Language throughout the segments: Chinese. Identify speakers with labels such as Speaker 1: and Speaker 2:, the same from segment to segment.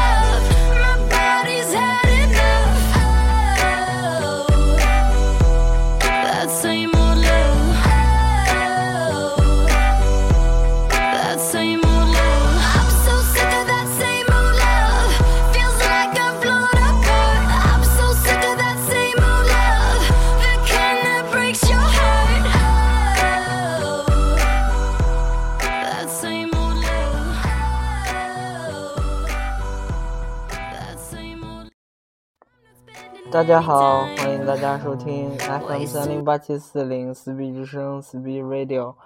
Speaker 1: Oh. 大家好，欢迎大家收听 FM 三零八七四零四 B 之声四 B Radio。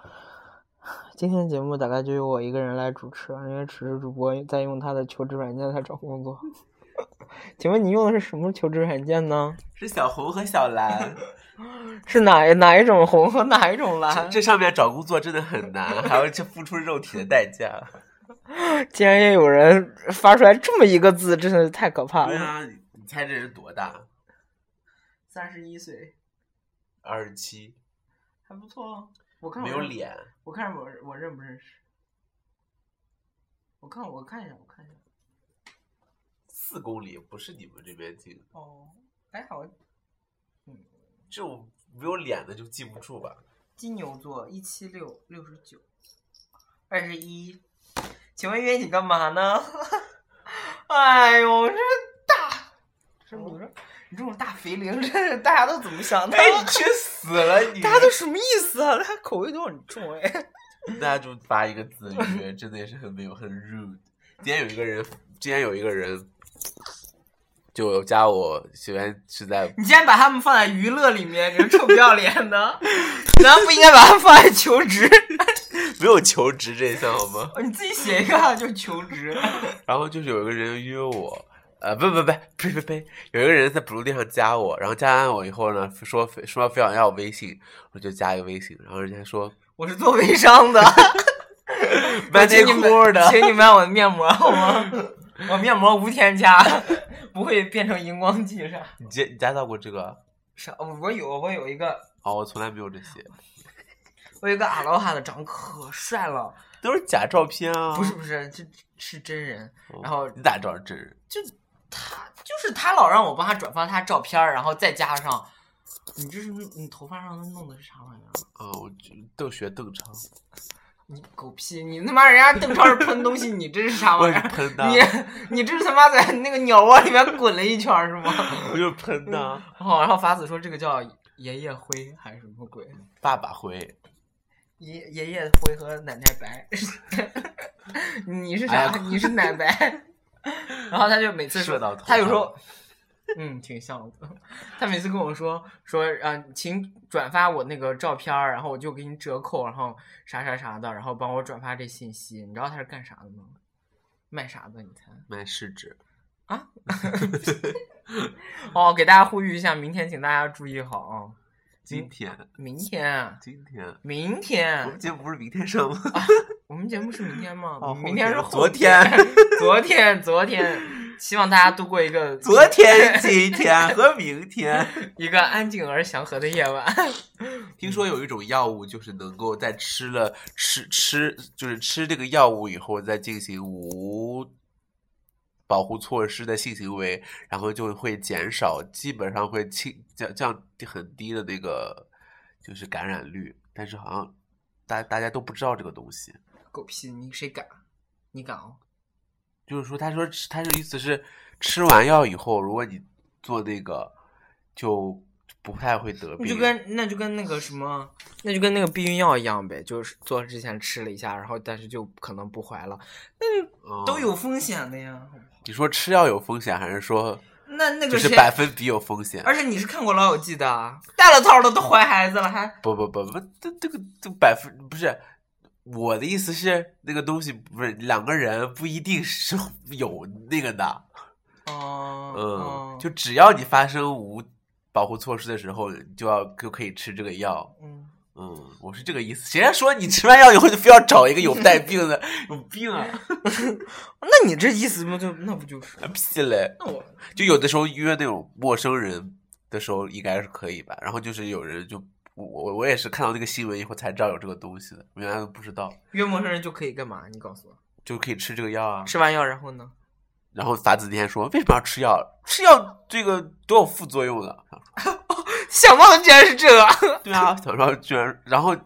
Speaker 1: 今天节目大概就由我一个人来主持，啊因为此时主播在用他的求职软件在找工作。 请问你用的是什么求职软件呢？
Speaker 2: 是小红和小 蓝，啊
Speaker 1: 是哪哪一种红和 哪一种蓝？
Speaker 2: 这上面找工作真的很难，还要去付出肉体的代价。
Speaker 1: 竟然也有人发出来这么一个字，真的是太可怕
Speaker 2: 对
Speaker 1: 了。
Speaker 2: 啊，你猜这人多大？
Speaker 3: 三十一岁，
Speaker 2: 二十七，
Speaker 3: 还不错哦。我看我
Speaker 2: 没有
Speaker 3: 认，
Speaker 2: 脸。
Speaker 3: 我看我我认不认识。我看我看一下，我看一下。
Speaker 2: 四公里不是你们这边近，
Speaker 3: 哦，还好，
Speaker 2: 这种没有脸的就记不住吧？
Speaker 3: 金牛座一七六六十九，二十一。请问约你干嘛呢？ 哎呦，这大，这你
Speaker 1: 哦
Speaker 3: 说你这种大肥灵，这是大家都怎么想的？
Speaker 2: 哎，你去死了你！
Speaker 1: 大家都什么意思啊？他口味都很重哎。
Speaker 2: 大家就发一个字，你觉得真的也是很没有很 rude。今天有一个人，今天有一个人就加我，喜欢是在
Speaker 3: 你竟然把他们放在娱乐里面，你这臭不要脸的！ 咱不应该把他们放在求职，
Speaker 2: 没有求职这一项好吗？
Speaker 3: 你自己写一个啊就是求职。
Speaker 2: 然后就是有一个人约我，呃，不不不呸呸呸，有一个人在 blue 店上加我，然后加完我以后呢，说非说非想要我微信，我就加一个微信，然后人 家说
Speaker 3: 我是做微商的，
Speaker 2: 卖内
Speaker 3: 请你买
Speaker 2: 裤的，
Speaker 3: 请你买我的面膜好 吗？我面膜无添加， 不会变成荧光剂啥
Speaker 2: 你加你加到过这个？
Speaker 3: 啥。我啊我有我有一个
Speaker 2: 哦，我从来没有这些，
Speaker 3: 我有一个阿罗哈的长得可帅了，
Speaker 2: 都是假照片啊！
Speaker 3: 不是，不是，这是真人。
Speaker 2: 哦
Speaker 3: 然后
Speaker 2: 你咋知道是真人？
Speaker 3: 他就是他老让我帮他转发他照片儿，然后再加上你这是你头发上弄的是啥玩意儿？
Speaker 2: 啊、我就都学 邓超，
Speaker 3: 你狗屁！你他妈人家邓超是喷东西，你这是啥
Speaker 2: 我
Speaker 3: 玩
Speaker 2: 也
Speaker 3: 意
Speaker 2: 是
Speaker 3: 儿？
Speaker 2: 喷的，
Speaker 3: 你你这是他妈在那个鸟窝里面滚了一圈儿是吗？
Speaker 2: 我就是喷的，
Speaker 3: 哦，然后法子说这个叫爷爷灰还是什么鬼？
Speaker 2: 爸爸灰。
Speaker 3: 爷爷爷灰和奶奶白， 你是
Speaker 2: 哎
Speaker 3: 啥？
Speaker 2: 呀
Speaker 3: 你是奶白？ 然后他就每次
Speaker 2: 射
Speaker 3: 说
Speaker 2: 到，头
Speaker 3: 他有时
Speaker 2: 上
Speaker 3: 候，嗯，挺像的。他每次跟我说说，啊，请转发我那个照片儿，然后我就给你折扣，然后啥啥啥的，然后帮我转发这信息。你知道他是干啥的吗？卖啥的？你猜？
Speaker 2: 卖试纸，
Speaker 3: 哦，给大家呼吁一下，明天请大家注意好啊！
Speaker 2: 今天
Speaker 3: 明天，啊
Speaker 2: 今天，
Speaker 3: 明天啊
Speaker 2: 我，们节目不是明天上吗？
Speaker 3: 我们节目是明天吗？
Speaker 2: 哦
Speaker 3: 明天是
Speaker 2: 后
Speaker 3: 后
Speaker 2: 天，
Speaker 3: 昨天，昨天，希望大家度过一 个
Speaker 2: 昨天、今天和明天。
Speaker 3: 一个安静而祥和的夜晚。
Speaker 2: 听
Speaker 3: 嗯
Speaker 2: 说有一种药物，就是能够在吃了吃吃，就是吃这个药物以后，再进行无保护措施的性行为，然后就会减少，基本上会轻降降低很低的那个就是感染率。但是好像大大家都不知道这个东西，
Speaker 3: 狗屁，你谁敢？你敢哦？
Speaker 2: 就是说，他说吃他的意思是吃完药以后，如果你做那个，就不太会得病。
Speaker 3: 那就跟那就跟那个什么，那就跟那个避孕药一样呗，就是做之前吃了一下，然后但是就可能不怀了，
Speaker 2: 嗯
Speaker 3: 都有风险的呀。
Speaker 2: 你说吃药有风险，还是说
Speaker 3: 那那
Speaker 2: 就
Speaker 3: 个
Speaker 2: 是
Speaker 3: 谁，
Speaker 2: 百分比有风险？
Speaker 3: 而且你是看过《老友记》的啊，戴了套的都怀孩子了，还
Speaker 2: 不不不不，这这个这个百分不是我的意思是那个东西不是两个人不一定是有那个的，
Speaker 3: 哦，
Speaker 2: 嗯，
Speaker 3: 哦
Speaker 2: 就只要你发生无保护措施的时候，你就要就可以吃这个药。
Speaker 3: 嗯，
Speaker 2: 嗯，我是这个意思。谁还说你吃完药以后就非要找一个有带病的？ 有病啊！
Speaker 3: 那你这意思不就那不就是？
Speaker 2: 屁嘞！
Speaker 3: 那我
Speaker 2: 就有的时候约那种陌生人的时候，应该是可以吧。然后就是有人就我我我也是看到那个新闻以后才知道有这个东西的，原来都不知道，
Speaker 3: 约陌生人就可以干嘛？你告诉我，
Speaker 2: 就可以吃这个药啊。
Speaker 3: 吃完药然后呢？
Speaker 2: 然后法子那天说，为什么要吃药？吃药这个都有副作用的。
Speaker 3: 想到的竟然是这个。
Speaker 2: 对啊，小时候居然，然后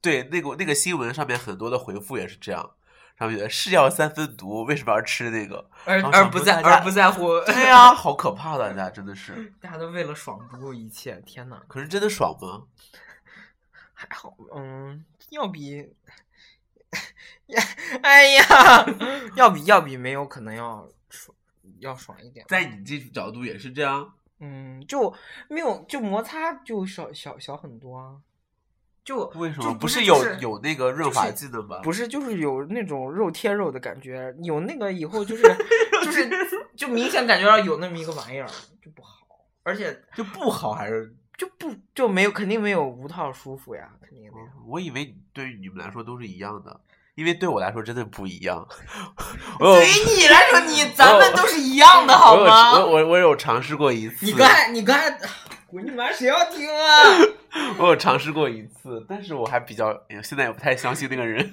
Speaker 2: 对那个那个新闻上面很多的回复也是这样，上面觉得是药三分毒，为什么要吃那个？
Speaker 3: 而
Speaker 2: 然后
Speaker 3: 而
Speaker 2: 想
Speaker 3: 不
Speaker 2: 说
Speaker 3: 在
Speaker 2: 大家
Speaker 3: 而不在 乎，
Speaker 2: 对呀、好可怕的，大家真的是。
Speaker 3: 大家都为了爽不顾一切，天哪！
Speaker 2: 可是真的爽吗？
Speaker 3: 还好，嗯，要比，哎 呀，要比要比没有可能要爽，要爽一点。
Speaker 2: 在你这角度也是这样，
Speaker 3: 嗯，就没有就摩擦就少小小很多啊。就
Speaker 2: 为什
Speaker 3: 就
Speaker 2: 么
Speaker 3: 不
Speaker 2: 是
Speaker 3: 是
Speaker 2: 有
Speaker 3: 就是
Speaker 2: 有那个润
Speaker 3: 就是
Speaker 2: 滑剂的吗？
Speaker 3: 不是，就是有那种肉贴肉的感觉，有那个以后就是 就是就明显感觉到有那么一个玩意儿就不好，而且
Speaker 2: 就不好还是？
Speaker 3: 就不就没有肯定没有无套舒服呀，肯定没有。
Speaker 2: 我以为对于你们来说都是一样的，因为对我来说真的不一样。 我有
Speaker 3: 于你来说，你
Speaker 2: 咱们
Speaker 3: 都是一样的
Speaker 2: 我有哦我？我我有尝试过一次，
Speaker 3: 你刚才你刚才滚你妈，谁要听啊？
Speaker 2: 我有尝试过一次，但是我还比较，哎呀现在也不太相信那个人。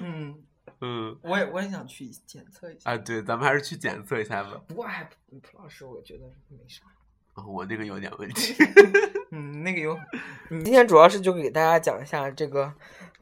Speaker 3: 嗯，
Speaker 2: 嗯
Speaker 3: 我也我也想去检测一下，
Speaker 2: 啊，对，咱们还是去检测一下吧。啊
Speaker 3: 不过还普普老师，我觉得没啥。
Speaker 2: 我那个有点问 题。
Speaker 3: 嗯，那个有。嗯今天主要是就给大家讲一下这个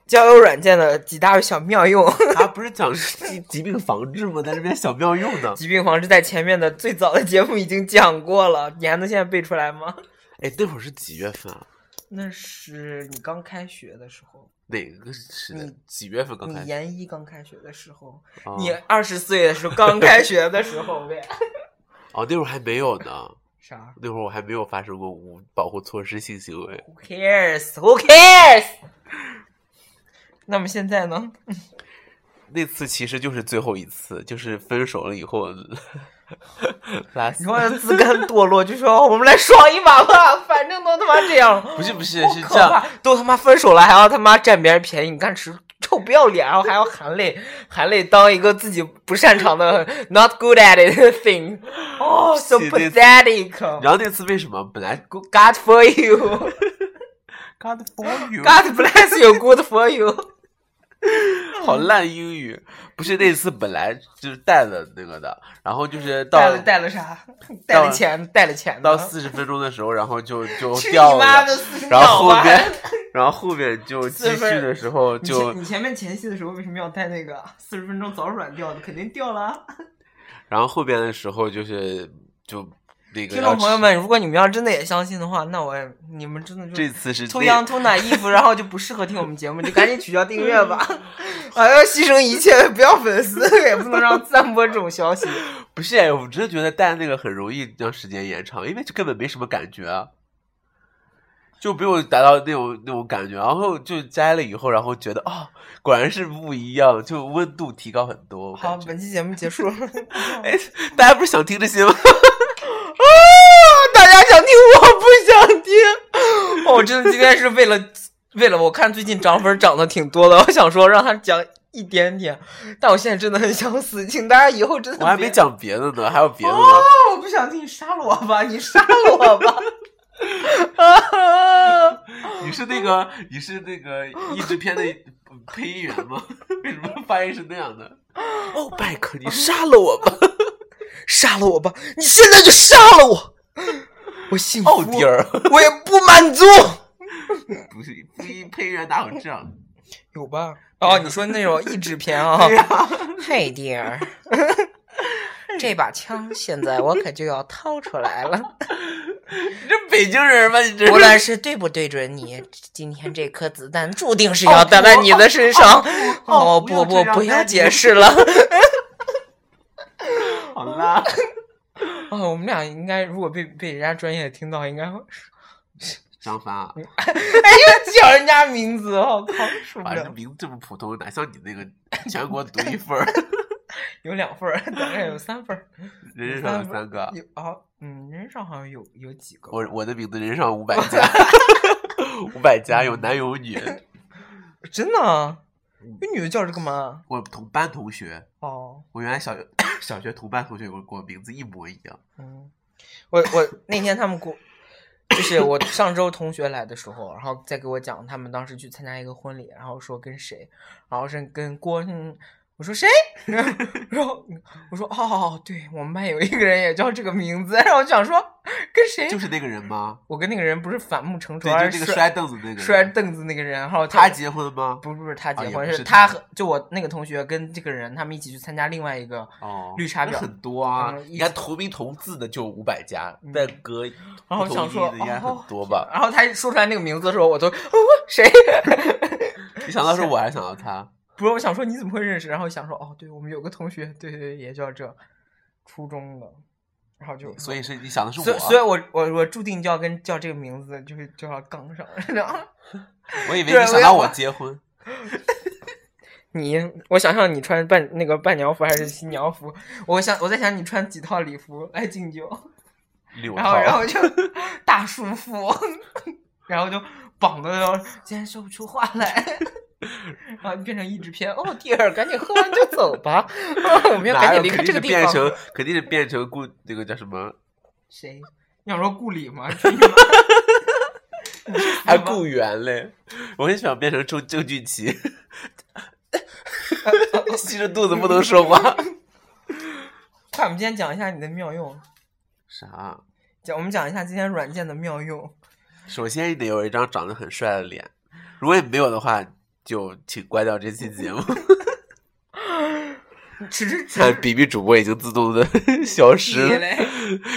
Speaker 3: 交友软件的几大小妙用。
Speaker 2: 他不是讲疾疾病防治吗？在这边小妙用 呢。
Speaker 3: 疾病防治在前面的最早的节目已经讲过了，你还能现在背出来吗？
Speaker 2: 哎，那会儿是几月份啊？
Speaker 3: 那是你刚开学的时候，
Speaker 2: 哪个是的
Speaker 3: 你
Speaker 2: 几月份刚
Speaker 3: 你
Speaker 2: 开始？
Speaker 3: 研一刚开学的时候，
Speaker 2: 哦
Speaker 3: 你二十岁的时候刚开学的时候 呗。
Speaker 2: 哦，那会儿还没有呢，
Speaker 3: 啥
Speaker 2: 那会儿我还没有发生过无保护措施性行为。
Speaker 3: ？Who cares? Who cares? 那么现在呢？
Speaker 2: 那次其实就是最后一次，就是分手了以后， 拉
Speaker 3: 你
Speaker 2: 丝。
Speaker 3: 说自甘堕落，就说哦我们来爽一把 吧，反正都他妈这样了。
Speaker 2: 不是不是
Speaker 3: 多
Speaker 2: 是
Speaker 3: 可
Speaker 2: 这样，
Speaker 3: 怕，都他妈分手了，还要他妈占别人便宜，你看吃臭不要脸，然后还要含泪含泪当一个自己不擅长的 not good at it 的 thing，哦、s o
Speaker 2: 是
Speaker 3: pathetic。
Speaker 2: 然后那次为什么本来
Speaker 3: Good God for you,
Speaker 2: God for you
Speaker 3: God bless you, good for you。
Speaker 2: 好烂英语，不是那次本来就是带了那个的，然后就是到
Speaker 3: 带了带了啥？带了钱，带了钱呢。
Speaker 2: 到四十分钟的时候，然后就就
Speaker 3: 去你
Speaker 2: 掉
Speaker 3: 妈
Speaker 2: 了
Speaker 3: 的，40
Speaker 2: 然
Speaker 3: 秒
Speaker 2: 后后
Speaker 3: 吧
Speaker 2: 面然后后面就继
Speaker 3: 40
Speaker 2: 续的时候
Speaker 3: 你
Speaker 2: 就
Speaker 3: 前你前面前戏的时候为什么要带那个四十分钟早软掉的？肯定掉了。
Speaker 2: 然后后边的时候就是就那个
Speaker 3: 听
Speaker 2: 要
Speaker 3: 众朋友
Speaker 2: 吃，
Speaker 3: 们，如果你们要真的也相信的话，那我也你们真的就
Speaker 2: 这次是
Speaker 3: 偷
Speaker 2: 那
Speaker 3: 羊偷 奶衣服，然后就不适合听我们节目，就赶紧取消订阅吧！ 啊，要牺牲一切，不要粉丝，也不能让散播这种消息。
Speaker 2: 不是哎，我真的觉得戴那个很容易让时间延长，因为这根本没什么感觉啊，就没有达到那种那种感觉。然后就摘了以后，然后觉得哦，果然是不一样，就温度提高很多。我
Speaker 3: 好，
Speaker 2: 感觉
Speaker 3: 本期节目结束了。
Speaker 2: 哎，大家不是想听这些吗？
Speaker 3: 大家想听，我不想听。 我真的今天是为了为了我看最近涨粉涨的挺多的，我 想说让他讲一点点，但我现在真的很想死，请大家以后真的
Speaker 2: 我还
Speaker 3: 别
Speaker 2: 没讲别的呢，还有别的呢。
Speaker 3: 哦，我不想听，你杀了我吧，你杀了我 吧。啊
Speaker 2: 你是那个你是那个译制片的配音员吗？ 为什么发音是那样的？Oh
Speaker 3: 哦
Speaker 2: my god！你杀了我吧
Speaker 3: 杀了我吧！你现在就杀了我！我幸福，
Speaker 2: ！Oh dear！
Speaker 3: 我也不满足。
Speaker 2: 不是配音配音员哪有这样？
Speaker 3: 有吧？哦，你说那种励志片 啊？
Speaker 2: 对呀、
Speaker 3: 嘿 dear，这把枪现在我可就要掏出来 了，
Speaker 2: 你这北京人吧，你这
Speaker 3: 无论是对不对准你，今天这颗子弹注定是要打在你的身上。
Speaker 2: 哦
Speaker 3: 哦
Speaker 2: 不
Speaker 3: 不
Speaker 2: 哦不
Speaker 3: 不，
Speaker 2: 不
Speaker 3: 不
Speaker 2: 要
Speaker 3: 要
Speaker 2: 这样
Speaker 3: 解释 了。
Speaker 2: 好啦，
Speaker 3: 啊、我们俩应该如果被被人家专业听到，应 该会
Speaker 2: 张帆啊，
Speaker 3: 叫人家名字，我靠，受不
Speaker 2: 把这
Speaker 3: 了。
Speaker 2: 名字这么普通，哪像你 那个全国独一份儿，
Speaker 3: 有两份儿，大概有三份儿。
Speaker 2: 人人上有三个，
Speaker 3: 有啊，嗯，人上好像有有几个。
Speaker 2: 我我的名字人人上五百家， 五百家
Speaker 3: 嗯
Speaker 2: 有男有女，
Speaker 3: 真的啊？
Speaker 2: 嗯
Speaker 3: 那女的叫这干嘛？
Speaker 2: 我同班同学，
Speaker 3: 哦，
Speaker 2: 我原来小小学同班同学，我跟我名字一模一样，
Speaker 3: 嗯，我我那天他们给我，就是我上周同学来的时候，然后再给我讲他们当时去参加一个婚礼，然后说跟谁，然后是跟郭，嗯我说谁， 然后我说哦，对我们班有一个人也叫这个名字，然后我想说跟谁，
Speaker 2: 就是那个人吗？
Speaker 3: 我跟那个人不是反目成仇，
Speaker 2: 对，
Speaker 3: 而
Speaker 2: 就是那个摔凳子那个人
Speaker 3: 摔凳子那个人，然后
Speaker 2: 他结婚吗？
Speaker 3: 不是不是他结
Speaker 2: 也
Speaker 3: 婚，
Speaker 2: 不是
Speaker 3: 是
Speaker 2: 他
Speaker 3: 他和就我那个同学跟这个人他们一起去参加另外一个，
Speaker 2: 哦，
Speaker 3: 绿茶
Speaker 2: 那
Speaker 3: 婊
Speaker 2: 很多啊！
Speaker 3: 嗯
Speaker 2: 你看同名同字的就五百家，
Speaker 3: 嗯
Speaker 2: 但隔
Speaker 3: 然
Speaker 2: 不
Speaker 3: 后
Speaker 2: 同
Speaker 3: 想
Speaker 2: 意
Speaker 3: 说
Speaker 2: 的应该
Speaker 3: 哦
Speaker 2: 很多吧？
Speaker 3: 然后他说出来那个名字的时候，我都、哦、谁？
Speaker 2: 你想到是我还是想到他？
Speaker 3: 不是，我想说你怎么会认识？然后想说哦，对我们有个同学，对对对，也叫这，初中的，然后就
Speaker 2: 嗯所以是你想的是我，啊
Speaker 3: 所以所以我我我注定就要跟叫这个名字，就是就要杠上， 然后
Speaker 2: 我以为
Speaker 3: 对
Speaker 2: 你想
Speaker 3: 我
Speaker 2: 让
Speaker 3: 也
Speaker 2: 我
Speaker 3: 我
Speaker 2: 结婚，
Speaker 3: 你，我想象你穿伴那个伴娘服还是新娘服，我想我在想你穿几套礼服来敬酒，
Speaker 2: 柳
Speaker 3: 然后
Speaker 2: 桃，
Speaker 3: 然后就 大束缚，然后就绑的，然后竟然说不出话 来，然后变成译制片。哦，蒂尔，赶紧喝完就走 吧，哦我们要赶
Speaker 2: 哪有
Speaker 3: 紧离开
Speaker 2: 肯
Speaker 3: 这个
Speaker 2: 定是
Speaker 3: 地
Speaker 2: 变
Speaker 3: 方。
Speaker 2: 成肯定是变成故那个叫什么，
Speaker 3: 谁？你想说顾里吗？至于吗你是
Speaker 2: 还
Speaker 3: 顾
Speaker 2: 哎故园嘞，我很想变成郑郑 俊奇，吸着肚子不能说 话，
Speaker 3: 快，我们今天讲一下你的妙用。
Speaker 2: 啥？
Speaker 3: 讲，我们讲一下今天软件的妙用。
Speaker 2: 首先你得有一张长得很帅的脸，如果你没有的话，就请关掉这期 节目。
Speaker 3: 只是只
Speaker 2: 看比比主播已经自动的 消失
Speaker 3: 你
Speaker 2: 了
Speaker 3: 嘞。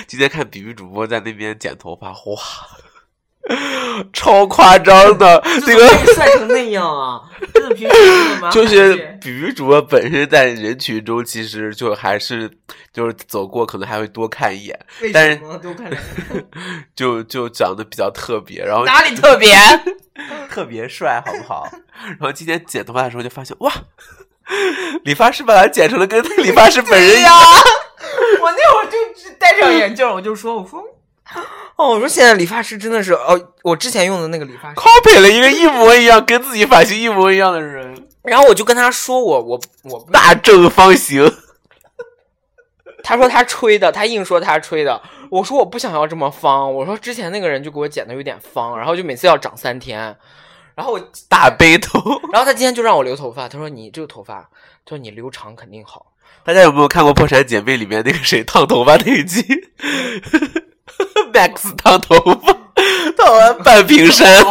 Speaker 2: 今天看比比主播在那边剪头发，哇，超夸张的，那个
Speaker 4: 帅成那样啊！真的平时真的
Speaker 3: 啊
Speaker 4: 蛮好
Speaker 2: 就
Speaker 4: 的
Speaker 2: 是比比主播本身在人群中，其实就还是就是走过，可能还会多看一眼，
Speaker 3: 为
Speaker 2: 但是
Speaker 3: 什么都 看两眼
Speaker 2: 就就长得比较特别，然后
Speaker 3: 哪里特别？
Speaker 2: 特别帅，好不好？然后今天剪头发的时候就发现，哇，理发师把它剪成了跟理发师本人一样。
Speaker 3: 我那会儿就只戴上眼镜儿，我就说，我说，哦，我说现在理发师真的是，哦，我之前用的那个理发师，
Speaker 2: copy 了一个一模一样、跟自己发型一模一样的人，
Speaker 3: 然后我就跟他说我我我不，
Speaker 2: 大正方形。
Speaker 3: 他说他吹的，他硬说他吹的，我说我不想要这么方，我说之前那个人就给我剪的有点方，然后就每次要长三天，然后我
Speaker 2: 大背头，
Speaker 3: 然后他今天就让我留头发，他说你这个头发，他说你留长肯定好，
Speaker 2: 大家有没有看过《破产姐妹》里面那个谁烫头发那一集？Max 烫头发，烫完半屏山，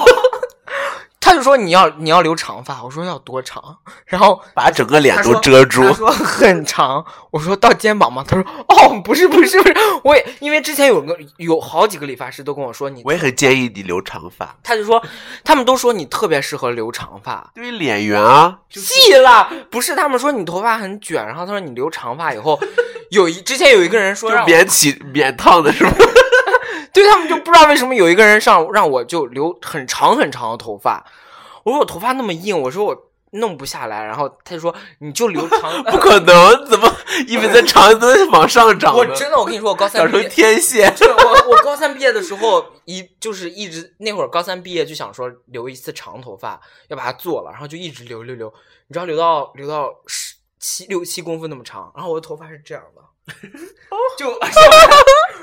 Speaker 3: 他就说你要你要留长发，我说要多长，然后
Speaker 2: 把整个脸
Speaker 3: 他
Speaker 2: 都
Speaker 3: 说
Speaker 2: 遮住
Speaker 3: 他。 说很长，我说到肩膀吗？他说哦，不是不是不是，我也因为之前有个有好几个理发师都跟我说你，
Speaker 2: 我也很建议你留长发，
Speaker 3: 他就说他们都说你特别适合留长发，
Speaker 2: 对于脸圆啊。
Speaker 3: 细了，不是他们说你头发很卷，然后他说你留长发以后，有一之前有一个人说
Speaker 2: 就
Speaker 3: 让我
Speaker 2: 免起免烫的是吧？
Speaker 3: 对他们就不知道为什么有一个人上让我就留很长很长的头发，我说我头发那么硬，我说我弄不下来，然后他就说你就留长，
Speaker 2: 不可能，怎么因为在长的往上长
Speaker 3: 我
Speaker 2: 呢？
Speaker 3: 真的我跟你说我高三
Speaker 2: 长
Speaker 3: 毕
Speaker 2: 成
Speaker 3: 业。
Speaker 2: 天线。
Speaker 3: 对我我高三毕业的时候，一就是一直那会儿高三毕业就想说留一次长头发，要把它做了，然后就一直留留留，你知道留到留到十七六七公分那么长，然后我的头发是这样的，就 上面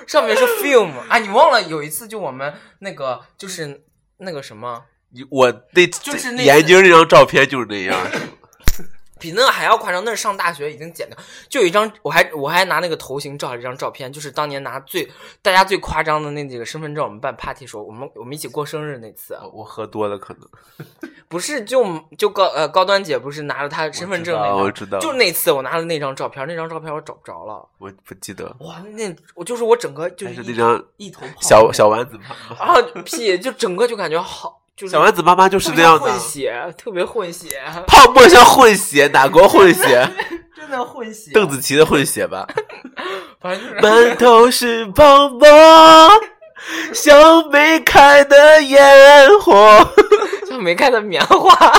Speaker 3: 上面是 film 啊，你忘了有一次就我们那个就是那个什么。
Speaker 2: 你我那
Speaker 3: 就是那
Speaker 2: 研
Speaker 3: 次
Speaker 2: 究那张照片就是那样，
Speaker 3: 比那还要夸张，那是上大学已经剪掉，就有一张，我还我还拿那个头型照了一张照片，就是当年拿最大家最夸张的那几个身份证，我们办 party 的时候，我们我们一起过生日那次，啊
Speaker 2: 我喝多了可能。
Speaker 3: 不是就就高呃高端姐不是拿着她身份证那张，
Speaker 2: 我知道我知道
Speaker 3: 就那次我拿了那张照片，那张照片我找不着了，
Speaker 2: 我不记得，
Speaker 3: 哇，那我就是我整个就
Speaker 2: 但是
Speaker 3: 是
Speaker 2: 那
Speaker 3: 一
Speaker 2: 张
Speaker 3: 一头泡
Speaker 2: 小
Speaker 3: 沫
Speaker 2: 小丸子妈妈，
Speaker 3: 啊屁，就整个就感觉好，就是
Speaker 2: 小丸子妈妈就是
Speaker 3: 特
Speaker 2: 那
Speaker 3: 别
Speaker 2: 样的啊
Speaker 3: 混，血，特别混血，
Speaker 2: 泡沫像混血，哪国混血？
Speaker 3: 真的混血，
Speaker 2: 邓紫棋的混血吧。
Speaker 3: 反正就是
Speaker 2: 馒头是泡沫，像没开的烟火。
Speaker 3: 就没开的棉花。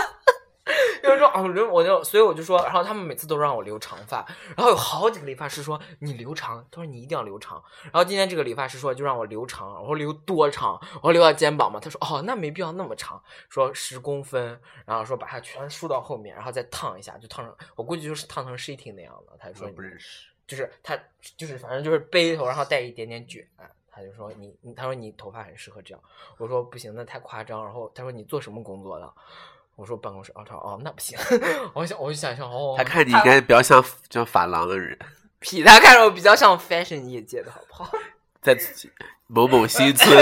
Speaker 3: 就是说，哦我就我就，所以我就说，然后他们每次都让我留长发，然后有好几个理发师说你留长，他说你一定要留长，然后今天这个理发师说就让我留长，我说留多长？我说留到肩膀嘛，他说哦，那没必要那么长，说十公分，然后说把它全梳到后面，然后再烫一下，就烫成，我估计就是烫成 shitting 那样的，他就说你
Speaker 2: 识，
Speaker 3: 就是他就是反正就是背头，然后带一点点卷。啊他就说你，你他说你头发很适合这样。我说不行，那太夸张。然后他说你做什么工作的？我说办公室。哦，他说哦，那不行。 我想我就想想哦，
Speaker 2: 他看你应该比较像像法郎的人，
Speaker 3: 比他看着我比较像 fashion 业界的好 不好？
Speaker 2: 在自己某某新村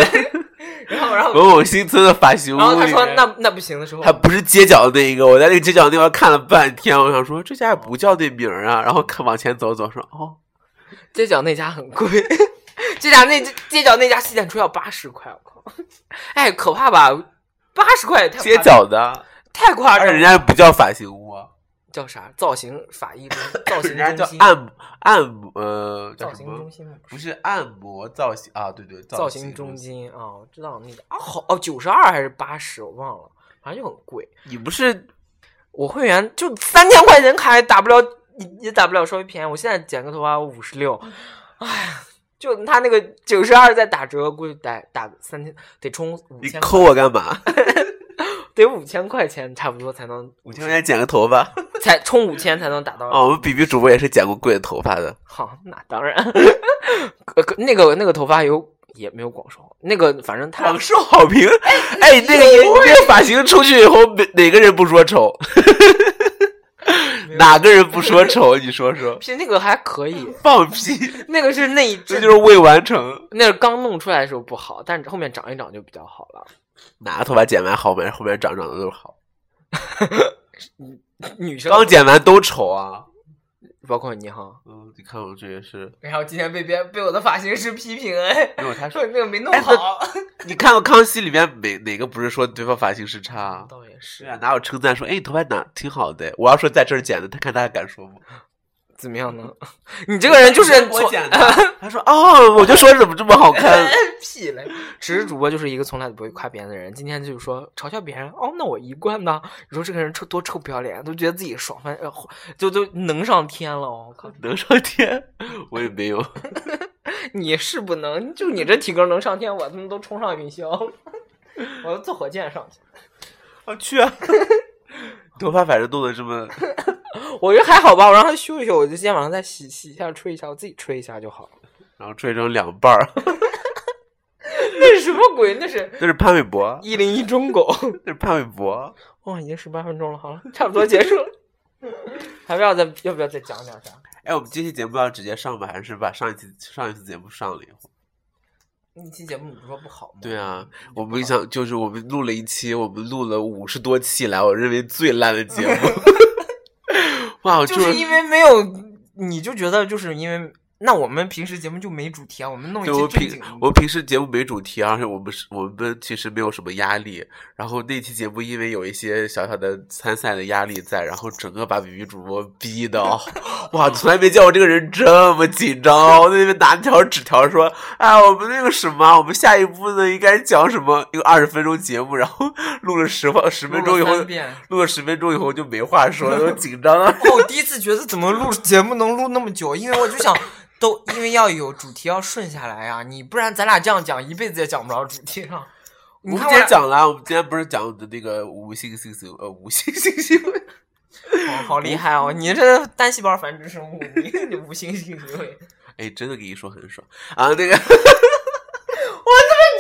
Speaker 3: 然后然后
Speaker 2: 某某新村的发型屋
Speaker 3: 然后他
Speaker 2: 里
Speaker 3: 说
Speaker 2: 面
Speaker 3: 那那不行的时候，
Speaker 2: 还不是街角的那一个，我在那个街角那块看了半天，我想说这家也不叫那名儿啊，然后看往前走走说哦，
Speaker 3: 街角那家很贵， 街角那街角那家洗剪吹要八十块，我靠，哎，可怕吧？八十块也太夸
Speaker 2: 街角的，
Speaker 3: 太夸张
Speaker 2: 而
Speaker 3: 了，
Speaker 2: 人家不叫发型屋啊，
Speaker 3: 叫啥造型法 医中造型
Speaker 2: 人家
Speaker 3: 中
Speaker 2: 叫
Speaker 3: 心，
Speaker 2: 按摩按摩呃叫
Speaker 3: 造
Speaker 2: 什
Speaker 3: 型中
Speaker 2: 么？
Speaker 3: 心吗
Speaker 2: 不是按摩造型啊，对对，
Speaker 3: 造型
Speaker 2: 型
Speaker 3: 中。心啊、我知道那个啊，好哦，九十二还是八十，我忘了，反正就很贵。
Speaker 2: 你不是
Speaker 3: 我会员就三千块钱卡也打不了，也也打不了稍微便宜。我现在剪个头发五十六，哎呀，就他那个九十二再打折，估计得打三千，得充五
Speaker 2: 你
Speaker 3: 千，
Speaker 2: 抠我干嘛？
Speaker 3: 得五千块钱差不多才能
Speaker 2: 五千块钱剪个头发
Speaker 3: 才充五千才能打到。
Speaker 2: 哦，我们比比主播也是剪过贵的头发的。
Speaker 3: 好，那当然，可可那个那个头发有也没有广受，那个反正他
Speaker 2: 广受好评，哎，那个你那个发型出去以后，哪哪个人不说丑？哪个人不说丑？你说 说，
Speaker 3: 其实那个还可以，
Speaker 2: 放屁！
Speaker 3: 那个是那一
Speaker 2: 这
Speaker 3: 阵
Speaker 2: 就是未完成。
Speaker 3: 那是刚弄出来的时候不好，但是后面长一长就比较好了。
Speaker 2: 哪个头发剪完好，后面后面长长的都好，
Speaker 3: 女生
Speaker 2: 刚剪完都丑啊。
Speaker 3: 包括你哈，
Speaker 2: 嗯，你看我这也是，
Speaker 5: 然后今天被别人被我的发型师批评，哎，
Speaker 2: 没有他说
Speaker 5: 说，你那个没弄
Speaker 2: 哎 那
Speaker 5: 好。
Speaker 2: 你看过《康熙》里面哪哪个不是说对方发型师差啊？
Speaker 3: 倒也是
Speaker 2: 对啊，哪有称赞说，哎，你头发哪挺好的？我要说在这儿剪的，他看他敢说吗？
Speaker 3: 怎么样呢？ 你这个人就是
Speaker 2: 嗯我
Speaker 3: 从
Speaker 2: 剪 的，他说哦，我就说怎么这么好看。
Speaker 3: 屁嘞！只是主播就是一个从来不会夸别人的人。今天就是说嘲笑别人，哦，那我一贯呢？你说这个人臭多臭不要脸，都觉得自己爽翻，呃，就都能上天了。我靠，
Speaker 2: 能上 天，我也没有。
Speaker 3: 你是不能，就你这体格能上天，我他妈都冲上云霄， 我要坐火箭上去。
Speaker 2: 我去啊！ 头发反正弄得这么，
Speaker 3: 我觉得还好吧，我让他修一修，我就今天晚上再洗洗一下、吹一下，我自己吹一下就好了。
Speaker 2: 然后吹成两半儿。
Speaker 3: 那是什么鬼？那是
Speaker 2: 那是潘玮柏，啊
Speaker 3: 一零一中 狗。
Speaker 2: 那是潘玮柏。啊
Speaker 3: 哇，已经十八分钟了，好了，差不多结束 了。还不要再要不要再讲点啥？
Speaker 2: 哎，我们这期节目要直接上吧，还是把上一期上一次节目上了以后？
Speaker 3: 那期节目你不说不好吗？
Speaker 2: 对啊，我们想就是我们录了一期，我们录了五十多期来，我认为最烂的节 目。哇，我
Speaker 3: 就是因为没有，你就觉得就是因为那我们平时节目就没主题啊，我们弄一
Speaker 2: 对我
Speaker 3: 期正
Speaker 2: 平
Speaker 3: 经
Speaker 2: 我平时节目没主题，而且我们是我们其实没有什么压力。然后那期节目因为有一些小小的参赛的压力在，然后整个把比比主播逼的， 哇，从来没见过这个人这么紧张。我在那边拿条纸条说，哎，我们那个什么，我们下一步呢应该讲什么？一个二十分钟节目，然后录了十分十分钟以
Speaker 3: 录了
Speaker 2: 后
Speaker 3: 三，遍。
Speaker 2: 录了十分钟以后就没话说了，都紧张啊 了。
Speaker 3: 哦，我第一次觉得怎么录节目能录那么久，因为我就想，都因为要有主题要顺下来啊，你不然咱俩这样讲一辈子也讲不着主题上。
Speaker 2: 我
Speaker 3: 你
Speaker 2: 们
Speaker 3: 看
Speaker 2: 今
Speaker 3: 我俩
Speaker 2: 天讲了，我们今天不是讲我们的那个无性性行呃无性性行为。
Speaker 3: 哦好厉害哦，你这单细胞繁殖生物，你你无性性行 为，
Speaker 2: 哎，真的跟你说很爽啊！那个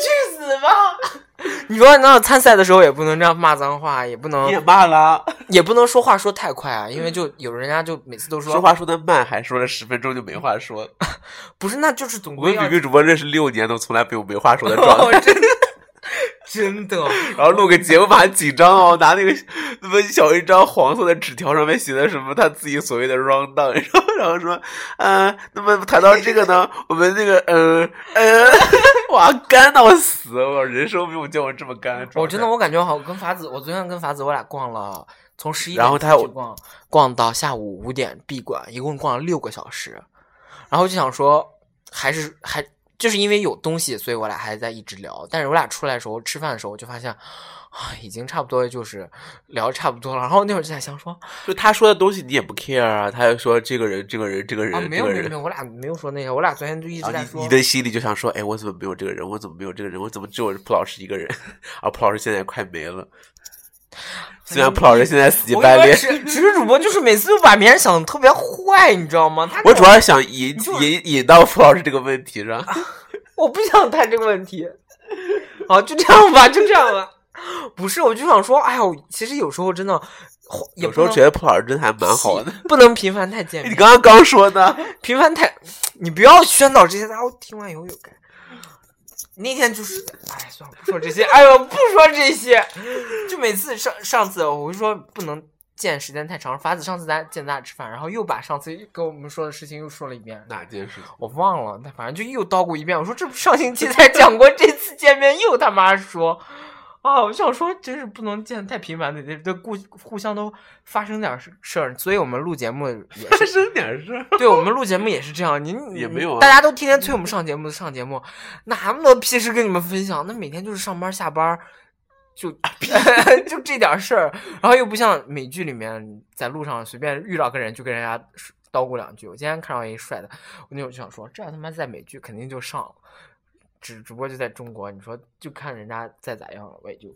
Speaker 3: 去死吧！ 你说那参赛的时候也不能这样骂脏话，也不能
Speaker 2: 你也骂了，
Speaker 3: 也不能说话说太快啊，因为就有人家就每次都说
Speaker 2: 说话说的慢，还说了十分钟就没话说了。
Speaker 3: 不是，那就是总
Speaker 2: 我
Speaker 3: 归
Speaker 2: 跟
Speaker 3: 要
Speaker 2: 比比主播认识六年，都从来没有没话说的状 态。
Speaker 3: 哦，真 的真的，
Speaker 2: 然后录个节目吧，紧张哦，拿那个那么小一张黄色的纸条，上面写的什么他自己所谓的 round down，然后然后说，呃，那么谈到这个 呢，我们那个，呃呃， 哇，干到死！我人生没有见过这么干的状态。
Speaker 3: 我哦真的我感觉好，跟法子，我昨天跟法子我俩逛了，从十一
Speaker 2: 然后他有
Speaker 3: 逛逛到下午五点闭馆，一共逛了六个小时，然后就想说还是还就是因为有东西，所以我俩还在一直聊，但是我俩出来的时候吃饭的时候，我就发现啊已经差不多就是聊得差不多了，然后那会儿就在想说
Speaker 2: 就他说的东西你也不 care 啊，他就说这个人，这个人，这个人，
Speaker 3: 啊没
Speaker 2: 这
Speaker 3: 有
Speaker 2: 个
Speaker 3: 没有
Speaker 2: 人
Speaker 3: 没。有，我俩没有说那些，我俩昨天就一直
Speaker 2: 然
Speaker 3: 在
Speaker 2: 后
Speaker 3: 说
Speaker 2: 啊你你的心里就想说，哎，我怎么没有这个人？我怎么没有这个人？我怎么只有蒲老师一个人？而蒲老师现在也快没了。虽然蒲老师现在死乞
Speaker 3: 我
Speaker 2: 白
Speaker 3: 跟你
Speaker 2: 赖，
Speaker 3: 说，直直主播就是每次都把别人想的特别坏，你知道吗？他
Speaker 2: 我主要是想
Speaker 3: 你
Speaker 2: 引
Speaker 3: 啊就是
Speaker 2: 引引到蒲老师这个问题上。
Speaker 3: 我不想谈这个问题。 好，就这样吧，就这样吧。不是，我就想说，哎呦，其实有时候真的，也
Speaker 2: 有时
Speaker 3: 不
Speaker 2: 候
Speaker 3: 能
Speaker 2: 觉得蒲老师真的还蛮好的。
Speaker 3: 不能频繁太见
Speaker 2: 你
Speaker 3: 面，
Speaker 2: 刚刚刚 说的，
Speaker 3: 频繁太，你不要宣导这些，大家听完以后有感。那天就是，哎，算了，不说这些，哎呦，不说这些，就每次上上次我就说不能见时间太长，法子上次咱见咱俩吃饭，然后又把上次跟我们说的事情又说了一遍，
Speaker 2: 哪件事情？
Speaker 3: 我忘了， 但反正就又叨咕一遍。我说这不上星期才讲过，这次见面又他妈说，啊，我想说，真是不能见得太频繁的，得得互互相都发生点事事儿。所以我们录节目也
Speaker 2: 发
Speaker 3: 是，
Speaker 2: 生点事儿。
Speaker 3: 对我们录节目也是这样。您
Speaker 2: 也没有啊
Speaker 3: 大家都天天催我们上节目上节目，哪那么多屁事跟你们分享？那每天就是上班下班，就
Speaker 2: 啊
Speaker 3: 就这点事儿，然后又不像美剧里面在路上随便遇到个人就跟人家叨咕两句。我今天看到一帅的，我那我就想说，这他妈在美剧肯定就上了。只只不过就在中国，你说就看人家再咋样了，我也就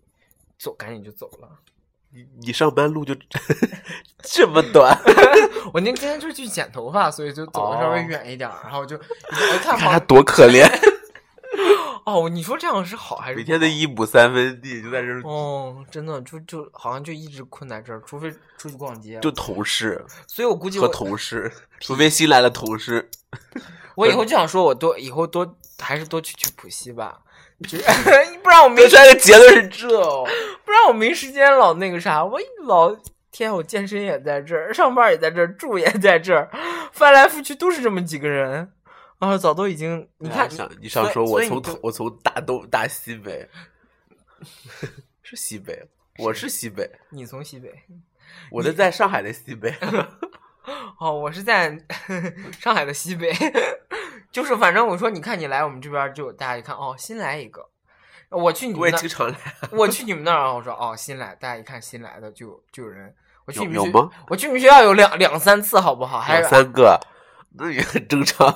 Speaker 3: 走，赶紧就走了。
Speaker 2: 你你上班路就 这么短，
Speaker 3: 我那天就去剪头发，所以就走的稍微
Speaker 2: 哦
Speaker 3: 远一点儿，然后 就哎一 看
Speaker 2: 看他
Speaker 3: 旁
Speaker 2: 多可 怜，
Speaker 3: 哦，你说这样是好还是
Speaker 2: 每
Speaker 3: 不
Speaker 2: 天的
Speaker 3: 好
Speaker 2: 一亩三分地就在 这儿
Speaker 3: 哦，真的就就好像就一直困在这儿，除非出去逛街。啊
Speaker 2: 就同事
Speaker 3: 所以我估计
Speaker 2: 和
Speaker 3: 我
Speaker 2: 同事， 除非新来的同事，
Speaker 3: 我以后就想说，我多以后多还是多去去浦西吧， 就不然我 没
Speaker 2: 得出来的结论是这哦。
Speaker 3: 不然我没时间老那个啥，我一老天，我健身也在这儿，上班也在这儿，住也在这儿，翻来覆去都是这么几个人，然后早都已经你看
Speaker 2: 我，想哎你上
Speaker 3: 所以
Speaker 2: 说，我
Speaker 3: 所以
Speaker 2: 从
Speaker 3: 你就
Speaker 2: 头我从大东大西北， 是西北，我是西北，
Speaker 3: 你从西北，
Speaker 2: 我的在上海的西 北，
Speaker 3: 哦，我是在 上海的西北， 就是反正我说，你看你来我们这边儿就大家一看，哦，新来一个，我去你
Speaker 2: 我
Speaker 3: 们
Speaker 2: 也
Speaker 3: 那
Speaker 2: 经
Speaker 3: 儿，
Speaker 2: 常来。
Speaker 3: 我去你们那儿，然后我说哦，新来，大家一看新来的就就有人。我去
Speaker 2: 有
Speaker 3: 你们
Speaker 2: 有
Speaker 3: 学
Speaker 2: 吗？
Speaker 3: 我去你们学校有两两三次，好不好？还
Speaker 2: 两
Speaker 3: 是
Speaker 2: 三个，那也很正常。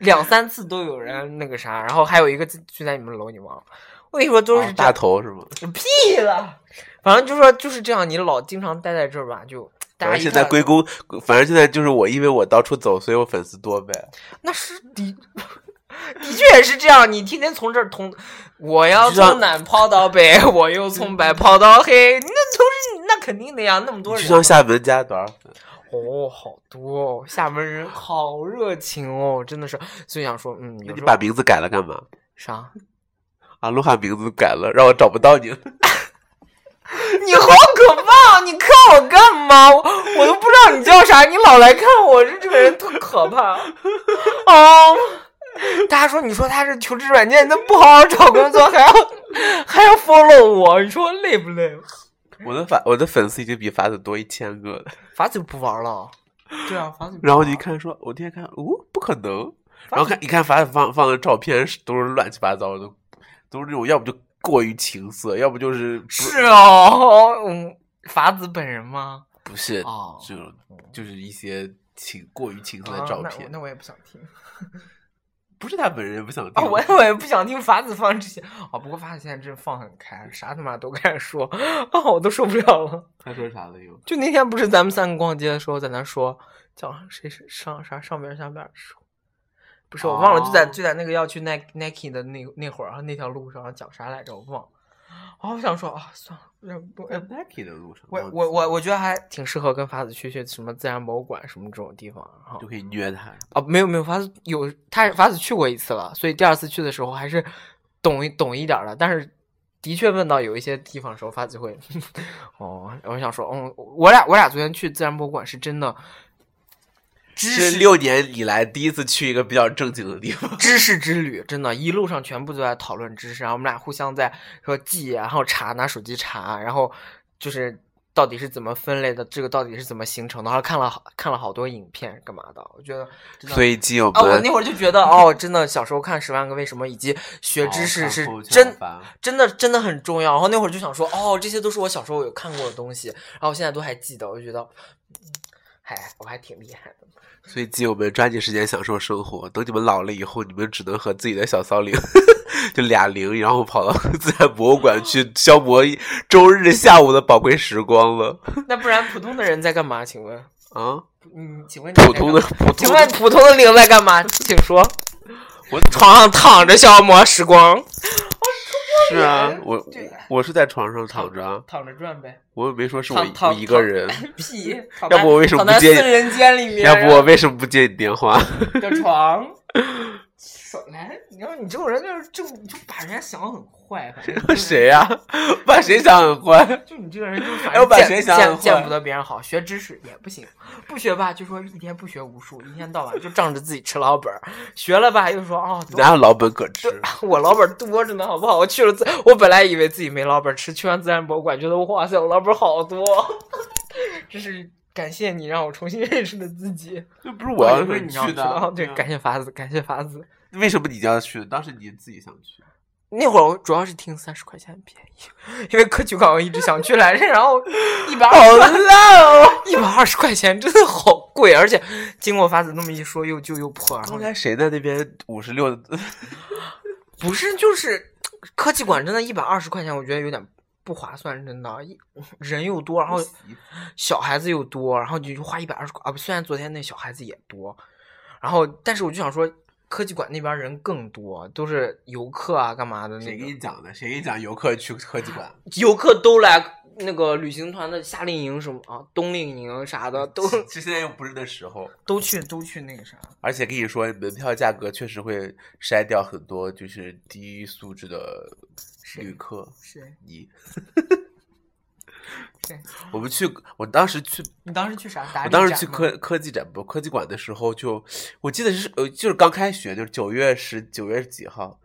Speaker 3: 两三次都有人那个啥，然后还有一个就就在你们楼，你忘了？我跟你说， 都是
Speaker 2: 啊
Speaker 3: 这
Speaker 2: 大头是吗？
Speaker 3: 屁了，反正就说就是这样，你老经常待在这儿吧，就大家
Speaker 2: 反正
Speaker 3: 一
Speaker 2: 现在
Speaker 3: 看
Speaker 2: 归功，反正现在就是我，因为我到处走，所以我粉丝多呗。
Speaker 3: 那是的， 的确也是这样。你天天从这儿通，我要
Speaker 2: 你知道
Speaker 3: 从南跑到北，我又从北跑到黑，那都是那肯定的呀，那么多啊
Speaker 2: 就
Speaker 3: 人
Speaker 2: 像厦门加多少粉？
Speaker 3: 哦，好多哦，厦门人好热情哦，真的是，所以想说，嗯，
Speaker 2: 那
Speaker 3: 有
Speaker 2: 你
Speaker 3: 时候
Speaker 2: 把名字改了干嘛？
Speaker 3: 啥？
Speaker 2: 阿罗汉名字改了，让我找不到你了。
Speaker 3: 你好可怕！你看我干嘛？我我都不知道你叫啥，你老来看我，这这个人特可怕。 哦，大家说，你说他是求职软件，他不好好找工作，还要还要 follow 我，你说累不累？
Speaker 2: 我的法，我的粉丝已经比法子多一千个了。
Speaker 3: 法子不玩了。对啊，法子。
Speaker 2: 然后你，看说，我天天看，哦，不可能。然后看，你看法子放放的照片是都是乱七八糟的，都是那种要不就过于情色，要不就是不
Speaker 3: 是哦，嗯，法子本人吗？
Speaker 2: 不是
Speaker 3: 哦
Speaker 2: 就就是一些情过于情色的照片。
Speaker 3: 啊那我也不想听
Speaker 2: 不是他本人不想听，
Speaker 3: 啊，我也我也不想听法子放这些啊。不过法子现在真放很开，啥他妈都开始说啊，我都受不了了。
Speaker 2: 他说啥了又？
Speaker 3: 就那天不是咱们三个逛街的时候，在那说叫谁是上啥上边儿下边儿的时候，不是我忘了，就在
Speaker 2: 哦
Speaker 3: 就在那个要去 Nike Nike 的那那会儿，然后那条路上讲啥来着，我忘了。哦，我想说啊，算了，要不
Speaker 2: 在哎 Nike 的路上，
Speaker 3: 我我我我觉得还挺适合跟法子去去什么自然博物馆什么这种地方，然后
Speaker 2: 就可以虐他。
Speaker 3: 啊，没有没有，法子有他法子去过一次了，所以第二次去的时候还是懂一懂一点儿了。但是的确问到有一些地方的时候，法子会 哦，我想说，嗯，我俩我俩昨天去自然博物馆是真的知
Speaker 2: 是
Speaker 3: 识
Speaker 2: 六年以来第一次去一个比较正经的地方，
Speaker 3: 知识之旅，真的，一路上全部都在讨论知识，然后我们俩互相在说记，啊然后查，拿手机查，然后就是到底是怎么分类的，这个到底是怎么形成的，然后看了好看了好多影片干嘛的，我觉得真的
Speaker 2: 最近我
Speaker 3: 啊，我
Speaker 2: 们
Speaker 3: 那会儿就觉得哦，真的小时候看《十万个为什么》以及学知识是真
Speaker 2: 啊
Speaker 3: 真的真的很重要。然后那会儿就想说，哦，这些都是我小时候有看过的东西，然后现在都还记得，我就觉得，嗯还我还挺厉害的。
Speaker 2: 最近我们抓紧时间享受生活。等你们老了以后，你们只能和自己的小骚灵 就俩零，然后跑到 自然博物馆去
Speaker 3: 哦
Speaker 2: 消磨一周日下午的宝贵时光了。
Speaker 3: 那不然普通的人在干嘛？请问，
Speaker 2: 啊，
Speaker 3: 嗯，请问你在
Speaker 2: 普通的
Speaker 3: 干嘛，
Speaker 2: 普通
Speaker 3: 请
Speaker 2: 的
Speaker 3: 问，普通的零在干嘛？请说，
Speaker 2: 我
Speaker 3: 床上躺着消磨时光，
Speaker 2: 是啊
Speaker 3: 人，
Speaker 2: 我
Speaker 3: 对
Speaker 2: 我是在床上躺着啊，
Speaker 3: 躺着转呗。
Speaker 2: 我又没说是我
Speaker 3: 躺
Speaker 2: 一
Speaker 3: 躺
Speaker 2: 我一 个人，
Speaker 3: 屁，躺
Speaker 2: 要
Speaker 3: 在
Speaker 2: 不我为什么
Speaker 3: 躺在
Speaker 2: 不接
Speaker 3: 四人间里面？
Speaker 2: 要不我为什么不接你电话？
Speaker 3: 的床，
Speaker 5: 甩来，你要你这种人就是就就把人家想得很坏，反正就是
Speaker 2: 谁呀、 把谁想很 坏？
Speaker 5: 就你这个人就是反
Speaker 2: 哎我
Speaker 5: 正
Speaker 2: 把
Speaker 3: 见
Speaker 2: 谁想
Speaker 3: 见
Speaker 2: 很
Speaker 3: 见不
Speaker 2: 坏？
Speaker 3: 得别人好，学知识也不行，不学吧就说一天不学无术，一天到晚就仗着自己吃老本儿，学了吧又说哦，多
Speaker 2: 哪有老本可 吃？
Speaker 3: 我老本儿多着呢，好不好？我去了自，我本来以为自己没老本儿吃，去完自然博物馆，觉得哇塞，我老本儿好多， 这是感谢你让我重新认识了自己。
Speaker 2: 这不是 我要
Speaker 5: 不
Speaker 2: 说
Speaker 5: 是你要
Speaker 2: 去
Speaker 5: 知
Speaker 2: 的
Speaker 3: 啊，
Speaker 2: 啊，
Speaker 3: 对，感谢法子，感谢法子。
Speaker 2: 为什么你要去的？当时你自己想去，
Speaker 3: 那会儿我主要是听三十块钱便宜，因为科举馆我一直想去来着，然后一百二
Speaker 2: 好烂哦！
Speaker 3: 一百二十块钱真的好贵，而且经过法子那么一说，又旧又破，然后
Speaker 2: 刚才谁在那边五十六？
Speaker 3: 不是就是科技馆真的一百二十块钱，我觉得有点不划算，真的，一人又多，然后小孩子又多，然后你就花一百二十块啊，不，虽然昨天那小孩子也多，然后但是我就想说。科技馆那边人更多，都是游客啊，干嘛的那
Speaker 2: 谁
Speaker 3: 个
Speaker 2: 给？你讲的？谁给你讲游客去科技馆？
Speaker 3: 游客都来那个旅行团的夏令营什么啊，冬令营啥的都
Speaker 2: 这现在又不是那时候，
Speaker 3: 都去都去那个啥。
Speaker 2: 而且跟你说，门票价格确实会筛掉很多就是低素质的旅客。
Speaker 3: 是
Speaker 2: 你
Speaker 3: 对，
Speaker 2: 我们去，我当时去，
Speaker 3: 你当时去啥？打
Speaker 2: 我
Speaker 3: 理
Speaker 2: 当时
Speaker 3: 展
Speaker 2: 去
Speaker 3: 吗
Speaker 2: 科科技展不科技馆的时候就，我记得是呃，就是刚开学，就是九月十九月几号，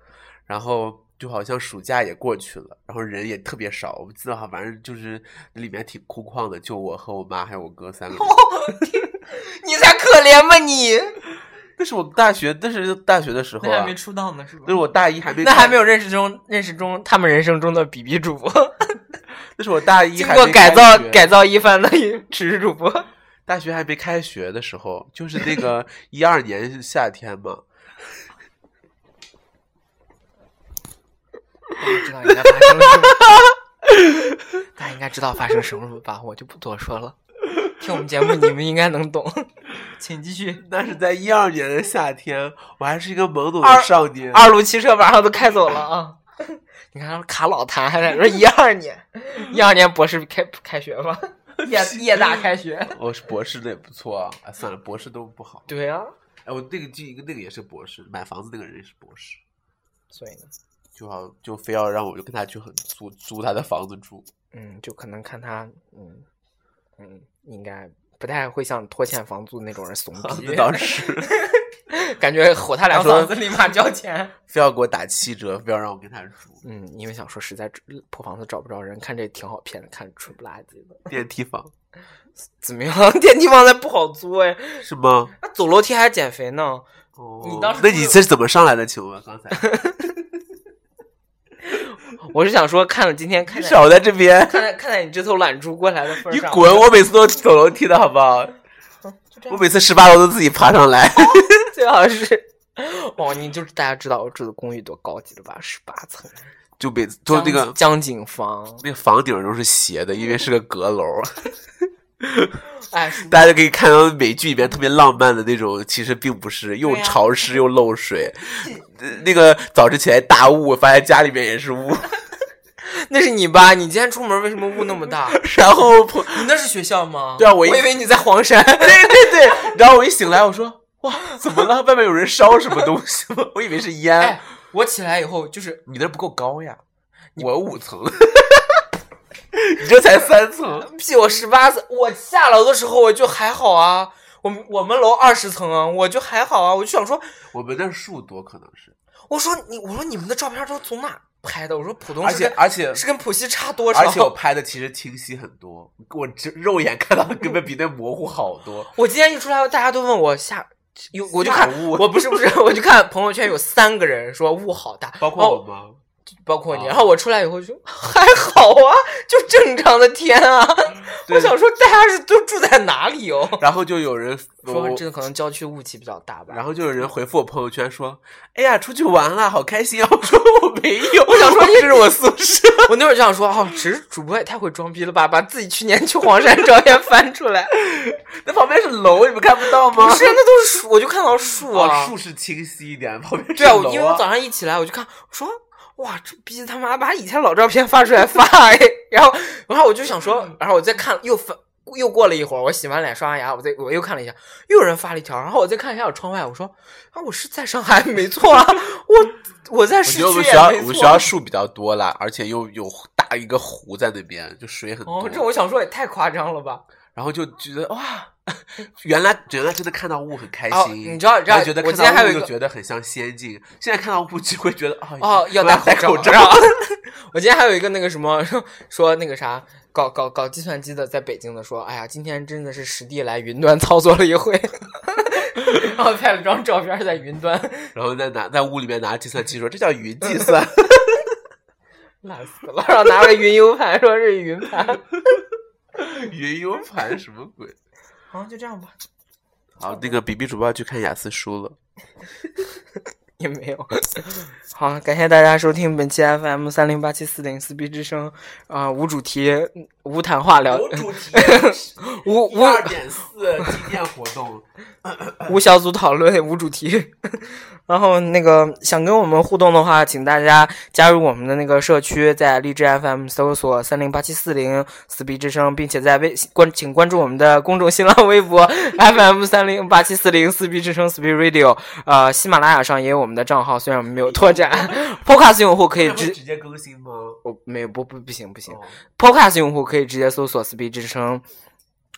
Speaker 2: 然后就好像暑假也过去了，然后人也特别少，我们记得好，反正就是那里面挺空旷的，就我和我妈还有我哥三个人。
Speaker 3: 哦你才可怜吧你！
Speaker 2: 那是我们大学，那是大学的时候
Speaker 3: 那还
Speaker 2: 啊
Speaker 3: 没，出道呢是吧
Speaker 2: 那是？我大一还没，
Speaker 3: 那还没有认识中认识中他们人生中的比比主播，
Speaker 2: 那是我大一
Speaker 3: 经
Speaker 2: 还
Speaker 3: 过
Speaker 2: 没
Speaker 3: 改
Speaker 2: 开
Speaker 3: 造
Speaker 2: 学
Speaker 3: 改造一番的只是主播。
Speaker 2: 大学还没开学的时候，就是 那个一二年夏天嘛，
Speaker 3: 知道应该发生什么， 大家应该知道发生什么了吧？我就不多说了。听我们节目你们应该能懂，请继续。
Speaker 2: 那是在一二年的夏天，我还是一个懵懂
Speaker 3: 二
Speaker 2: 的少年。
Speaker 3: 二路汽车马上都开走了啊！ 你看卡老谭还在说一二 年，一二年博士开开学吧， 夜夜大开学。
Speaker 2: 我哦是博士的也不错啊，哎算了，博士都不好。
Speaker 3: 对啊，
Speaker 2: 哎，我那个记一个那个也是博士，买房子那个人也是博士，
Speaker 3: 所以呢，
Speaker 2: 就好就非要让我就跟他去很租租他的房子住。
Speaker 3: 嗯，就可能看他，嗯嗯，应该不太会像拖欠房 租那种人怂
Speaker 2: 啊
Speaker 3: 逼
Speaker 2: 那，倒是，
Speaker 3: 感觉吼他俩
Speaker 2: 他说
Speaker 3: 嗓子立马交钱。
Speaker 2: 非要给我打七折，非要让我跟他住
Speaker 3: 嗯，因为想说实在破房子找不着人，看这挺好骗的，看蠢不拉几的。
Speaker 2: 电梯房
Speaker 3: 怎么样？ 电梯房子不好租哎，
Speaker 2: 是吗？
Speaker 3: 那走楼梯还减肥呢。
Speaker 2: 哦
Speaker 3: 你当时
Speaker 2: 那
Speaker 3: 不
Speaker 2: 你
Speaker 3: 是
Speaker 2: 这是怎么上来的？请问刚才
Speaker 3: 我是想说，看了今天看
Speaker 2: 你
Speaker 3: 在
Speaker 2: 少在这边，
Speaker 3: 看在看在你这头懒猪过来的份儿
Speaker 2: 你
Speaker 3: 上，
Speaker 2: 滚！我每次都走楼梯的好不好？
Speaker 3: 就这
Speaker 2: 我
Speaker 3: 样，哦
Speaker 2: 每次十八楼都自己爬上来。
Speaker 3: 最好是。哦，你就是大家知道我住的公寓多高级了吧？十八层，
Speaker 2: 就每次就那个
Speaker 3: 江江景房，
Speaker 2: 那个房顶都是斜的，因为是个阁楼，
Speaker 3: 哎，
Speaker 2: 大家就可以看到美剧里面特别浪漫的那种，其实并不是，又潮湿又漏水。呃那个早晨起来大雾，发现家里面也是雾，
Speaker 3: 那是你吧？你今天出门为什么雾那么 大？
Speaker 2: 然后朋
Speaker 3: 你那是学校吗？
Speaker 2: 对啊我一
Speaker 3: 我以为你在黄山。
Speaker 2: 对对对，然后我一醒来，我说哇，怎么了？外面有人烧什么东西吗？ 我以为是烟。
Speaker 3: 哎，我起来以后就是
Speaker 2: 你那不够高呀，我五 层，你这才三层，
Speaker 3: 屁，我十八岁，我下楼的时候我就还好啊。我们我们楼二十层啊，我就还好啊。我就想说，
Speaker 2: 我们那树多可能是，
Speaker 3: 我说你，我说你们的照片都从哪拍的？我说浦东
Speaker 2: 而
Speaker 3: 是
Speaker 2: 且
Speaker 3: 跟
Speaker 2: 而且
Speaker 3: 是跟浦西差多少？
Speaker 2: 而且我拍的其实清晰很多，我这肉眼看到的根本比那模糊好多。
Speaker 3: 我今天一出来，大家都问我下有，我就
Speaker 2: 下
Speaker 3: 看
Speaker 2: 雾
Speaker 3: 我不是不是，我就看朋友圈有三个人说雾好大，
Speaker 2: 包
Speaker 3: 然后
Speaker 2: 括我吗？
Speaker 3: 包括你。
Speaker 2: 哦
Speaker 3: 然后我出来以后就还好啊，就正常的天啊。
Speaker 2: 对
Speaker 3: 我想说，大家是都住在哪里哦？
Speaker 2: 然后就有人
Speaker 3: 说
Speaker 2: 我
Speaker 3: 这个可能郊区雾气比较大吧。
Speaker 2: 然后就有人回复我朋友圈说：“哎呀，出去玩了，好开心啊！” 我说：“我没有，我想说 这是我宿舍。
Speaker 3: 我那会儿就想说，哦，只是主播也太会装逼了吧，把自己去年去黄山照片翻出来，
Speaker 2: 那旁边是楼，你们看不到吗？
Speaker 3: 不是， 那都是树，我就看到树啊，
Speaker 2: 哦树是清晰一点，旁边是
Speaker 3: 对啊，
Speaker 2: 楼、
Speaker 3: 我因为我早上一起来我就看，我说。哇，这逼
Speaker 2: 嗯
Speaker 3: 他妈把以前老照片发出来发哎，然后，然后我就想说，然后我再看又翻，又过了一会儿，我洗完脸刷完牙，我再我又看了一下，又有人发了一条，然后我再看一下我窗外，我说啊，我是在上海没错啊， 我我在
Speaker 2: 我
Speaker 3: 市
Speaker 2: 觉得我
Speaker 3: 区
Speaker 2: 们
Speaker 3: 也
Speaker 2: 学校我
Speaker 3: 没
Speaker 2: 们学
Speaker 3: 错
Speaker 2: 校
Speaker 3: 啊。
Speaker 2: 树比较多啦，而且又有大一个湖在那边，就水很多。
Speaker 3: 哦，这我想说也太夸张了吧！
Speaker 2: 然后就觉得哇， 原来原来真的看到雾很开心。
Speaker 3: 哦你知道
Speaker 2: 然后
Speaker 3: 让
Speaker 2: 觉得
Speaker 3: 我
Speaker 2: 看
Speaker 3: 今天还
Speaker 2: 到
Speaker 3: 有
Speaker 2: 雾
Speaker 3: 一
Speaker 2: 就
Speaker 3: 个
Speaker 2: 觉得很像仙境，现在看到雾就会觉得啊
Speaker 3: 哦，要
Speaker 2: 戴
Speaker 3: 戴
Speaker 2: 口
Speaker 3: 口罩。啊 我今天还有一个那个什么 说说那个啥，搞搞搞计算机的，在北京的说，哎呀，今天真的是实地来云端操作了一回， 然后拍了张照片在云端，
Speaker 2: 然后再拿在屋里面拿计算器说这叫云计算。
Speaker 3: 烂死了，然后拿了云 U 盘说是云盘，
Speaker 2: 云 U 盘什么鬼？
Speaker 3: 好，就这样吧，
Speaker 2: 好，那个比比主播要去看雅思书了。
Speaker 3: 也没有。好，感谢大家收听本期 FM 三零八七四零四 B 之声啊、无主题、无谈话聊、
Speaker 2: 主题
Speaker 3: 无无
Speaker 2: 点 四纪念活动，
Speaker 3: 无小组讨论，无主题。 然后那个想跟我们互动的话，请大家加入我们的那个社区，在荔枝 FM 搜索三零八七四零撕逼之声，并且在微关请关注我们的公众新浪微博 FM 三零八七四零撕逼之声 s p e e Radio。呃，喜马拉雅上也有我们的账号，虽然我们没有拓展。Podcast 用户可
Speaker 2: 哎
Speaker 3: 以直。
Speaker 2: 接更新吗？哦
Speaker 3: 我没有不不不行不行、p o d c a s t 用户可以直接搜索“撕逼之声”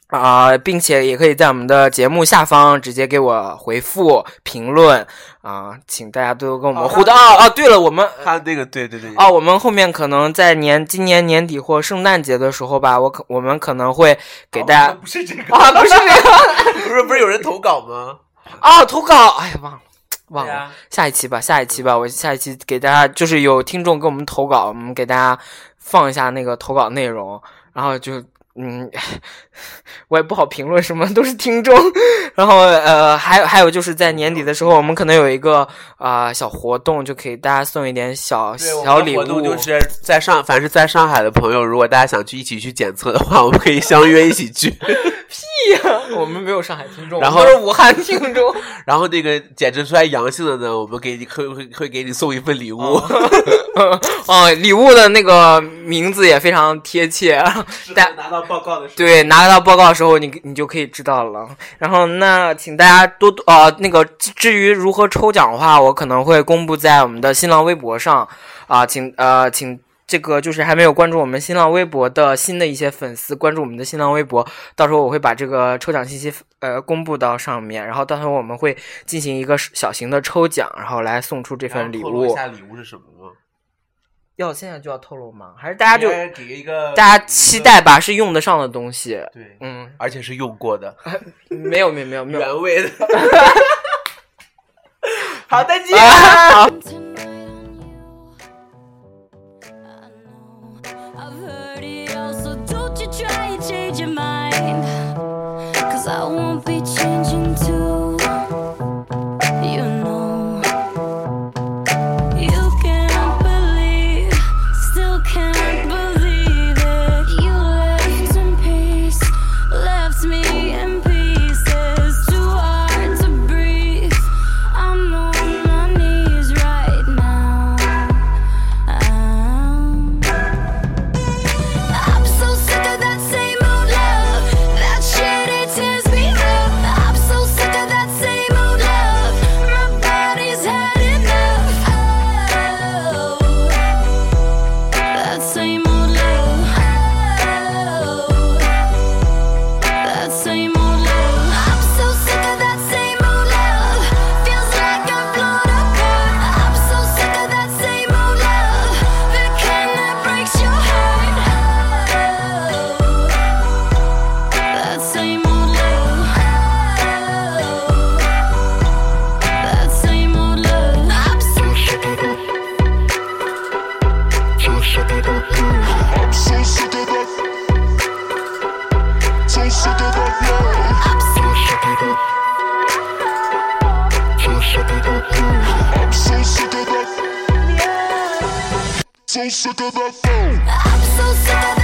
Speaker 3: 啊、并且也可以在我们的节目下方直接给我回复评论啊、请大家多多跟我们互动啊啊！对了，我们
Speaker 2: 他那个对对对，
Speaker 3: 啊，我们后面可能在年今年年底或圣诞节的时候吧，我可我们可能会给大家
Speaker 2: 哦不是这个
Speaker 3: 啊，不是 这个
Speaker 2: 不是不是有人投稿吗？
Speaker 3: 啊，投稿，哎呀，忘了忘了。
Speaker 2: 对啊
Speaker 3: 下一期吧，下一期吧，我下一期给大家就是有听众给我们投稿，我们给大家放一下那个投稿内容，然后就嗯， 我也不好评论什么，都是听众。然后呃，还有还有就是在年底的时候，我们可能有一个啊、呃小活动，就给大家送一点小
Speaker 2: 对，我
Speaker 3: 小
Speaker 2: 们的
Speaker 3: 礼
Speaker 2: 活
Speaker 3: 物
Speaker 2: 动，就是在上，凡是在上海的朋友，如果大家想去一起去检测的话，我们可以相约一起去。
Speaker 3: 我们没有上海听众，
Speaker 2: 然
Speaker 3: 我们
Speaker 2: 后
Speaker 3: 都是武汉听众。
Speaker 2: 然后那个检测出来阳性的呢，我们给你会会会给你送一份礼物。
Speaker 3: 嗯，礼物的那个名字也非常贴切，大
Speaker 2: 拿到报告的时
Speaker 3: 对，拿到报告的时候你，你就可以知道了。然后那请大家多多呃，那个至至于如何抽奖的话，我可能会公布在我们的新浪微博上啊、请呃请。这个就是还没有关注我们新浪微博的新的一些粉丝，关注我们的新浪微博，到时候我会把这个抽奖信息呃公布到上面，然后到时候我们会进行一个小型的抽奖，然后来送出这份礼物。
Speaker 2: 礼物是什么吗？
Speaker 3: 要现在就要透露吗？还是大家就
Speaker 2: 给一个
Speaker 3: 大家期待吧，是用得上的东西。
Speaker 2: 对，
Speaker 3: 嗯，
Speaker 2: 而且是用过的
Speaker 3: 没有没有没有没 有，
Speaker 2: 原味的。好，再见。
Speaker 1: Tonight on you, I know I've heard it all, so don't you try and change your mind. Cause I won't be changing too. You know, you can't believe, still can't believe it. You left in peace, left me in pieces. Too hard to breathe. I'm on my knees right now. Um, I'm so sick of that same old love. That shit it tears me up. I'm so sick of that same old love. My body's had enough. Oh, that same old love. Oh. That same old love. I'm so sick of that same old love. Feels like I'm blown apart. I'm so sick of that same old love. The kind that breaks your heart. Oh, that same old love. Oh, that same old love. I'm so sick of that. So sick of that.
Speaker 6: I'm so sick of that. So sick of that love.
Speaker 1: I'm so
Speaker 6: Sick of that. So sick of that love. I'm so sick of that. So sick of that phone.
Speaker 1: I'm so sick of Oh, Oh.